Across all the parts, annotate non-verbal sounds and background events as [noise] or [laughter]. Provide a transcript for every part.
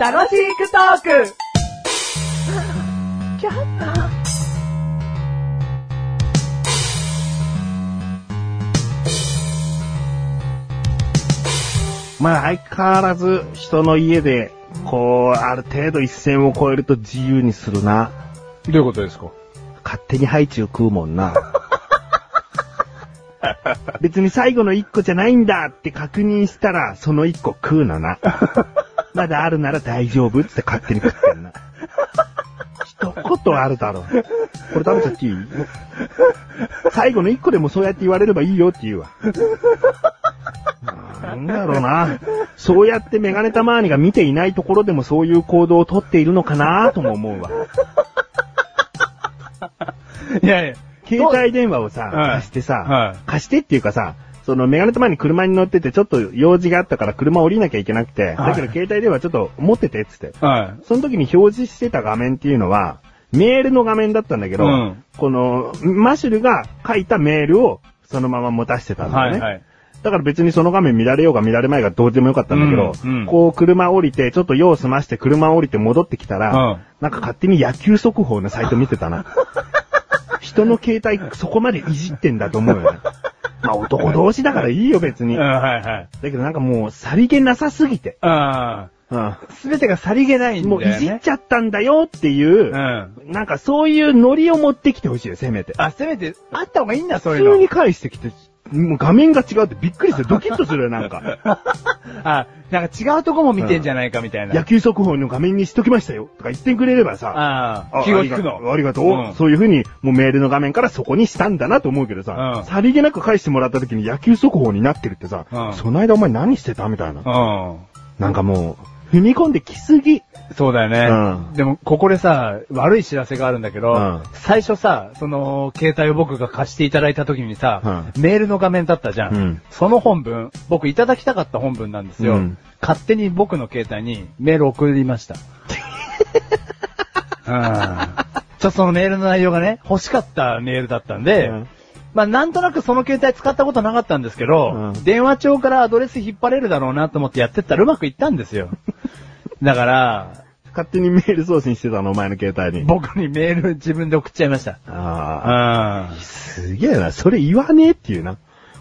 楽しくトークまあ相変わらず人の家で、こう、ある程度一線を越えると自由にするな。どういうことですか勝手にハイチュウ食うもんな。 [laughs] 別に最後の一個じゃないんだって確認したら、その一個食うなな。まだあるなら大丈夫って勝手に食ってんな。一言あるだろう。これ食べちゃっていい最後の一個でもそうやって言われればいいよって言うわ。なんだろうな。そうやってメガネたまーにが見ていないところでもそういう行動をとっているのかなとも思うわ。いやいや。携帯電話をさ、はい貸してさ、はい貸してっていうかさ、そのメガネたまに車に乗っててちょっと用事があったから車降りなきゃいけなくて、はいだけど携帯電話ちょっと持っててっつって。はその時に表示してた画面っていうのは、メールの画面だったんだけど、うんこの、マシュルが書いたメールをそのまま持たしてたい。んだはよね。いはい。だから別にその画面乱れようが乱れまいがどうでもよかったんだけど、うんうんこう車降りて、ちょっと用済まして車降りて戻ってきたら、うんなんか勝手に野球速報のサイト見てた [laughs] な。人の携帯そこまでいじってんだと思うよね。まあ男同士だからいいよ別うに。ん、だはいはい。けどなんかもうさりげなさすぎて。あうんあ。すべてがさりげないんだもようね。いじっちゃったんだよっていう、うん。なんかそういうノリを持ってきてほしいよ、せめて。あ、せめて、あった方がいいんだ、そう普いうの。通に返してきて、もう画面が違うってびっくりする。ドキッとするよ、なん [laughs] か。あ、なんか違うとこも見てんじゃないかみたいな。野球速報の画面にしときましたよとか言ってくれればさ、あああ、気を引くありがの。とう。ありがとううんそういうふうに、もうメールの画面からそこにしたんだなと思うけどさ、うんさりげなく返してもらった時に野球速報になってるってさ、うんその間お前何してたみたいな。うなんかもう、踏み込んできすぎ。ん。そうだよね。うでも、ここでさ、悪い知らせがあるんだけど、うん最初さ、その、携帯を僕が貸していただいた時にさ、メールの画面だったじゃん,、うんその本文、僕いただきたかった本文なんですよ。うん勝手に僕の携帯にメール送り [laughs] ました。うん。ちょっとそのメールの内容がね、欲しかったメールだったんで、うんまあなんとなくその携帯使ったことなかったんですけど、うん電話帳からアドレス引っ張れるだろうなと思ってやってったらうまくいったんですよ。だから、勝手にメール送信してたの、お前の携帯に。 [laughs] 僕にメール自分で送っちゃいました。うああ、ん。すげえな。それ言わねえっていうな。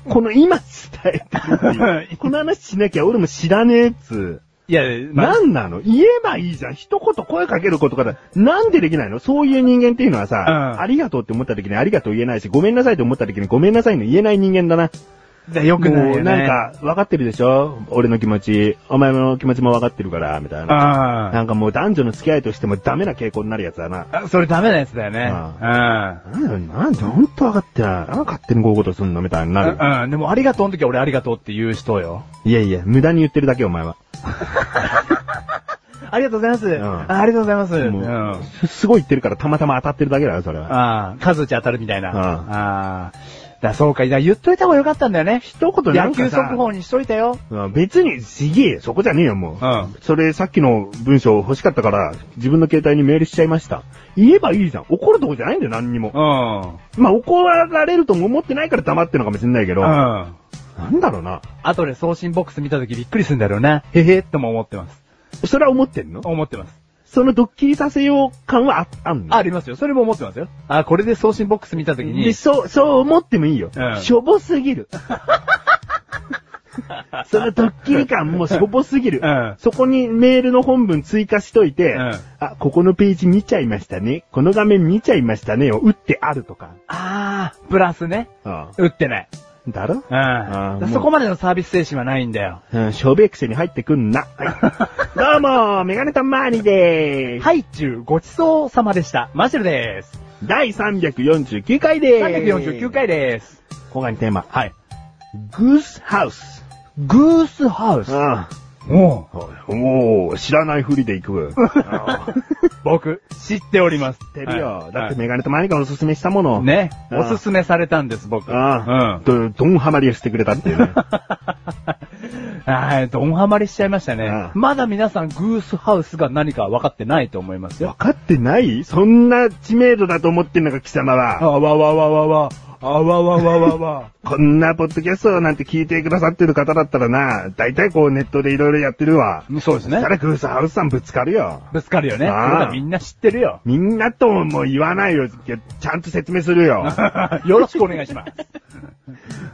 この今伝えてるってい [laughs] うこの話しなきゃ俺も知らねえっつう。いや、まあなんなの言えばいいじゃん。一言声かけることから、なんでできないのそういう人間っていうのはさ、うんありがとうって思った時にありがとう言えないし、ごめんなさいと思った時にごめんなさいの言えない人間だな。だよくないよもね。うなんか、分かってるでしょ俺の気持ち。お前の気持ちも分かってるから、みたいな。あなんかもう男女の付き合いとしてもダメな傾向になるやつだな。あ。それダメなやつだよね。ううん。なんだよ、なんでほんと分かってない。なんか勝手にこういうことすんのみたいになる。うん、でもありがとうの時は俺ありがとうって言う人よ。いやいや、無駄に言ってるだけ、お前は。ありがとうございます。んあありがとうございます。もうん。あうすすごい言ってるから、たまたま当たってるだけだよ、それは。あ、数打ち当たるみたいな。うんああ。だそうか、だ言っといた方がよかったんだよね。一言な野んか球さ速報にしといたよ。うん別に、すげえよ、そこじゃねえよ、もう。うんそれ、さっきの文章欲しかったから、自分の携帯にメールしちゃいました。言えばいいじゃん。怒るとこじゃないんだよ、何にも。うん。まあ、怒られるとも思ってないから黙ってるのかもしれないけど、うん。なんだろうな。後で送信ボックス見た時びっくりするんだろうな。へへっても思ってます。それは思ってんの思ってます。そのドッキリさせよう感はああんのありますよ。それも思ってますよ。あ、これで送信ボックス見た時に。で、そう、そう思ってもいいよ。うんしょぼすぎ [laughs] る。そのドッキリ感もしょぼすぎる。うんそこにメールの本文追加しといて、うんあ、ここのページ見ちゃいましたね。この画面見ちゃいましたねを打ってあるとか。ああ、プラスね。あ打ってない。だろうん。あーもだうそこまでのサービス精神はないんだよ。うん、しょべくせに入ってくんな。 [laughs] はい、どうも、メガネたまーにでーす。ハイチュウごちそうさまでした。マシュルです。第349回でーす。 349。回です。今回のテーマ、はい。グースハウス。グースハウス。あおあおお知らないふりでい [laughs] く。ああ僕、知っております。知っ知ってるよ。だってメガネとマリカのおすすめしたもの。。ね、うんおすすめされたんです、僕。ああ、うん。 [laughs] ど、どんハマりをしてくれたっていうね。はい、ドンハマりしちゃいましたね。うんまだ皆さん、グースハウスが何か分かってないと思います分よ。かってないそんな知名度だと思ってんのか、貴様あは。わわわわわ。あわわわわわ。こんなポッドキャストなんて聞いてくださってる方だったらな、大体こうネットでいろいろやってるわ。そうです [laughs] そしねた。らグースハウスさんぶつかるよ。ぶつかるよね。あーそうだみんな知って [laughs] るよ。みんなとももう言わないよ。ちゃんと説明する [laughs] よ。よろしくお願いします。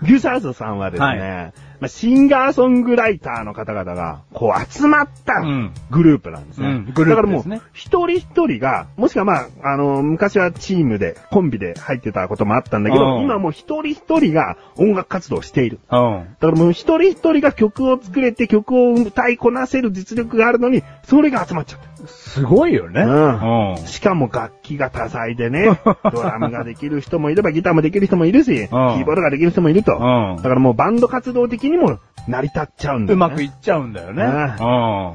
グースハウスさんはですね、はいまあ、シンガーソングライターの方々が、こう集まったうんグループなんですね。うんグルだープですからもねう、一人一人が、もしくはまあ、あの、昔はチームで、コンビで入ってたこともあったんだけど、うん今もう一人一人が音楽活動をしている。うん。だからもう一人一人が曲を作れて曲を歌いこなせる実力があるのに、それが集まっちゃった。すごいよね。うんうん。しかも楽器が多彩で [laughs] ね、ドラムができる人もいればギターもできる人もいるし、キーボードができる人もいると。うんだからもうバンド活動的にも成り立っちゃうんだよ、うね。まくいっちゃうんだよね。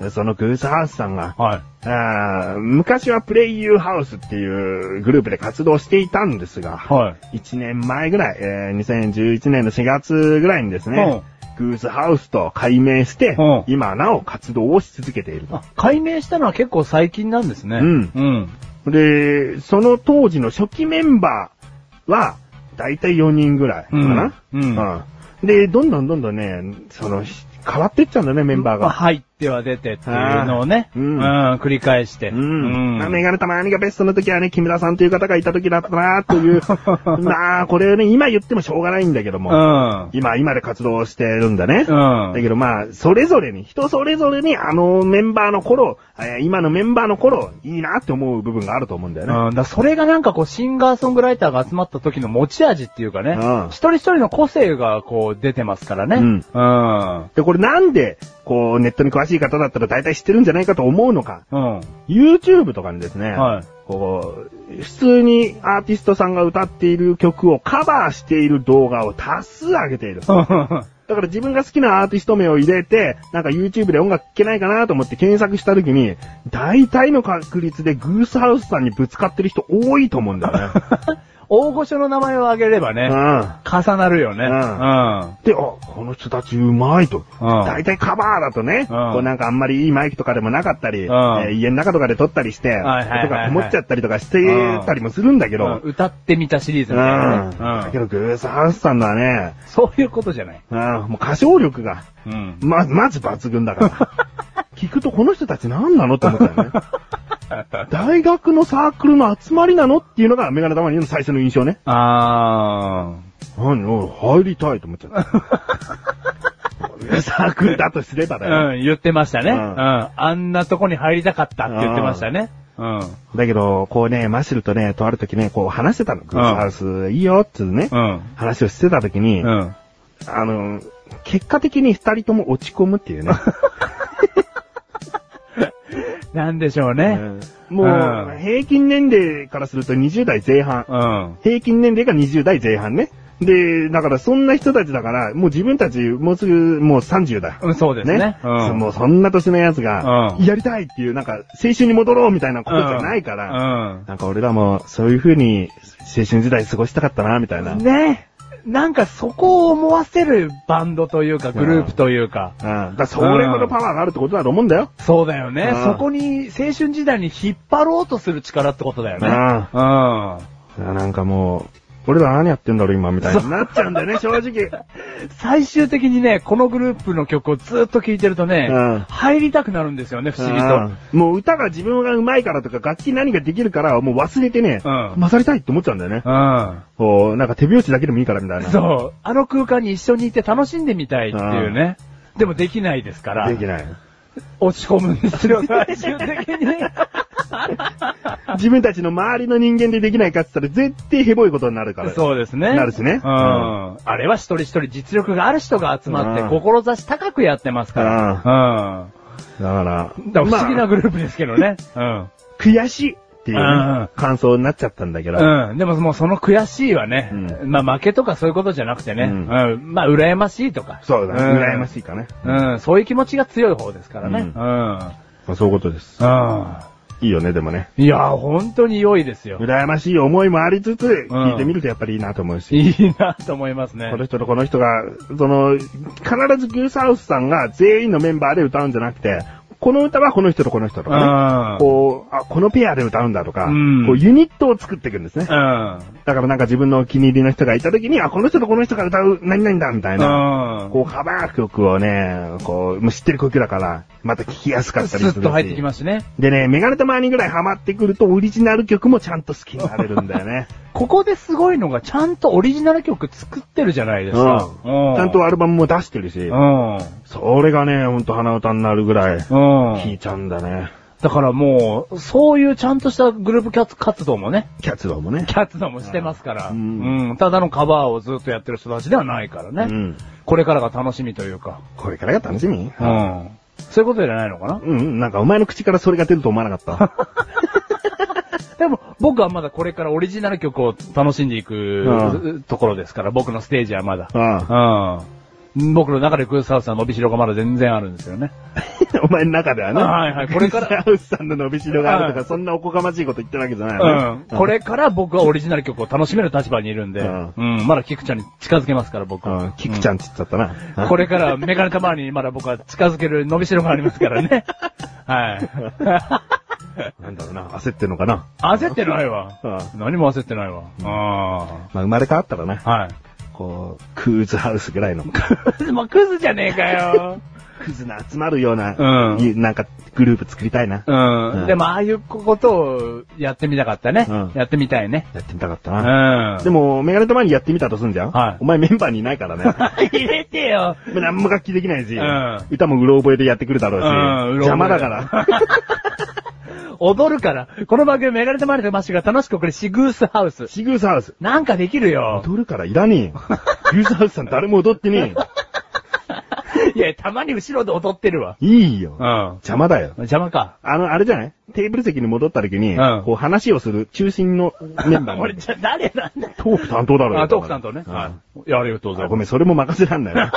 ううそのグースハウスさんがん。、はい。あー昔はプレイユーハウスっていうグループで活動していたんですが、はい。 1年前ぐらい、えー2011年の4月ぐらいにですね、グースハウスと改名してうん、今なお活動をし続けているとあ、解明したのは結構最近なんですね。うんうん。で、その当時の初期メンバーは、だいたい4人ぐらいかな、うんうんうんで、どんどんどんどんね、その、ひ変わってっちゃうんだね、メンバーまあが。入っては出てっていうのをね。あーう。うんん繰り返して。うん。まあ、メが。ガネたまにがベストの時はね、木村さんという方がいた時だったなと [laughs] いう。まあ、これをね、今言ってもしょうがないんだけどうも。ん。今、今で活動してるんだね。うだ。んけどまあ、それぞれに、人それぞれに、あのメンバーの頃、えー今のメンバーの頃、いいなって思う部分があると思うんだよね。うん、だからそれがなんかこう、シンガーソングライターが集まった時の持ち味っていうかね、うん一人一人の個性がこう、出てますからね。うんうん。で、これなんで、こう、ネットに詳しい方だったら大体知ってるんじゃないかと思うのか。うん。 [laughs] YouTube とかにですね、はいこう、普通にアーティストさんが歌っている曲をカバーしている動画を多数上げている。だから自分が好きなアーティスト名を入れて、なんか YouTube で音楽聴けないかなと思って検索した時に、大体の確率でグースハウスさんにぶつかってる人多いと思うんだよね。大御所の名前を挙げればう [laughs] ね、ん。重なるよね。ううんん。で、あ、この人たちうまいと。大体カバーだとね、うんこうなんかあんまりいいマイクとかでもなかったり、えうんー家の中とかで撮ったりして、はいはいはいはい音がこもっちゃったりとかしてたりもするんだけど、うん歌ってみたシリーズうみたいなねん。だけど、グースハウスさんのはね、そういうことじゃない。うん、もう歌唱力が、うん。ま、まず抜群だ [laughs] から。聞くとこの人たち何なのって思ったよね。大学のサークルの集まりなのっていうのがメガネ玉にの最初の印象ね。あ何俺入りたいと思っちゃった。俺がサークルだとすればだよ。ー。うん、言ってましたね。ううんん。あんなとこに入りたかったって言ってましたね。うん。だけど、こうね、マシルとね、とある時ね、こう話してたの。グースハウスいいよ、っつうね、うん。話をしてた時に、うん。あの、結果的に二人とも落ち込むっていうね。なんでしょうね。もう、うん平均年齢からすると20代前半。うん。平均年齢が20代前半ね。で、だからそんな人たちだから、もう自分たち、もうすぐ、もう30だ。うん、そうですね。うん。もうそんな年のやつが、うんやりたいっていう、なんか、青春に戻ろうみたいなことじゃないから、うん。なんか俺らもそういう風に青春時代過ごしたかったな、みたいな。うんねなんかそこを思わせるバンドというか、グループというか。うん。だからそれほどパワーがあるってことだと思うんだよ。そうだよね。うんそこに青春時代に引っ張ろうとする力ってことだよね。ううん。なんかもう、俺ら何やってんだろう今、みたいになっちゃうんだよね、正 [laughs] 直。ん。最終的にね、このグループの曲をずっと聴いてるとね、うん入りたくなるんですよね、不思議と。うんもう歌が自分が上手いからとか、楽器何ができるから、もう忘れてね、うん混ざりたいって思っちゃうんだよね。うん。こう、なんか手拍子だけでもいいから、みたいな。そう。あの空間に一緒にいて楽しんでみたいっていうね。でもできないですから。できない。落ち込むんですよ、最終的に。自分たちの周りの人間でできないかって言ったら、絶対ヘボいことになるから。そうですね。なるしねうん。あれは一人一人実力がある人が集まって、うん志高くやってますから。だから、うん。だから不思議まなあグループですけ [laughs] どね。うん。悔しいっていうね、うん感想になっちゃったんだけど。うん。でももうその悔しいはね、うまあ負けとかそういうことじゃなくてね、ううんん。まあ羨ましいとか。そうだね。ん羨ましいかね。うん。そういう気持ちが強い方ですからね。うんうん。まあそういうことです。うん。いいよね、でもね。いやー、本当に良いですよ。羨ましい思いもありつつ、聞いてみるとやっぱりいいなと思うし。いいなと思いますねこ。の人とこの人が、その、必ずグースハウスさんが全員のメンバーで歌うんじゃなくて、この歌はこの人とこの人とかね。うん。こう、あ、このペアで歌うんだとか、うんこうユニットを作っていくんですね。うん。だからなんか自分のお気に入りの人がいた時に、あ、この人とこの人が歌う、何々だ、みたいな。うん。こう、カバー曲をね、こう、もう知ってる曲だから、また聴きやすかったりするスし。ッと入ってきますしね。でね、メガネたまにぐらいハマってくると、オリジナル曲もちゃんと好きになれるんだよ [laughs] ね。ここですごいのが、ちゃんとオリジナル曲作ってるじゃないですか。うちゃんとアルバムも出してるし、うん。それがね、ほんと鼻歌になるぐらい、うん。聴いちゃうんだね。だからもう、そういうちゃんとしたグループキャツ活動もね、キャツドもね。キャツ動もしてますから、ううんん、ただのカバーをずっとやってる人たちではないからね。うん。これからが楽しみというか。これからが楽しみうん。そういうことじゃないのかなうんうん、なんかお前の口からそれが出ると思わなかった。でも、僕はまだこれからオリジナル曲を楽しんでいくところですから、僕のステージはま [laughs] だ。ああうん。僕の中でクースハウスは伸びしろがまだ全然あるんですよね。 [laughs] お前の中ではね。はいはいこれかクらリスハウスさんの伸びしろがあるとはか、そんなおこがましいこと言ってるわけじゃないようんね。。これから僕はオリジナル曲を楽しめる立場にいるんで、ううんん。まだキクちゃんに近づけますから、僕うは。ん。キクちゃんって言っちゃったな。うんこれからメガネたまわりにまだ僕は近づける伸びしろがありますから [laughs] ね。はい。なんだろうな、焦ってんのかな。焦ってないわう。何も焦ってないわ。あまあ生まれ変わったらねあ。、はこう、クーズハウスぐらい [laughs] の、い。 [laughs] もうクズじゃねえかよ。クズの集まるような、うんいなんかグループ作りたいな。ううんん。でも、ああいうことをやってみたかったねうん。やってみたいね。やってみたかったうな。ん。でも、メガネと前にやってみたとすんじゃんはいお前メンバーにいないからね。 [laughs] 入れてよ。もう何も楽器できないし、うん歌もうろ覚えでやってくるだろうし、うんうろ覚え邪魔だから。 [laughs] 踊るから。この番組メガネたまわりとマッシュが楽しくこれシグースハウス。シグースハウス。なんかできるよ。踊るからいらねえよ。シグースハウスさん誰も踊ってね [laughs] いや、たまに後ろで踊ってるわ。えよ。いいよ。ん。邪魔だよ。邪魔か。あの、あれじゃないテーブル席に戻った時に、うんこう話をする中心の [laughs] メンバー俺、に。じゃ、誰なんだよ。トーク担当だろうよあ、トークさんとね。うんはい。いや、ありがとうござあいますご。めん、それも任せらんないな。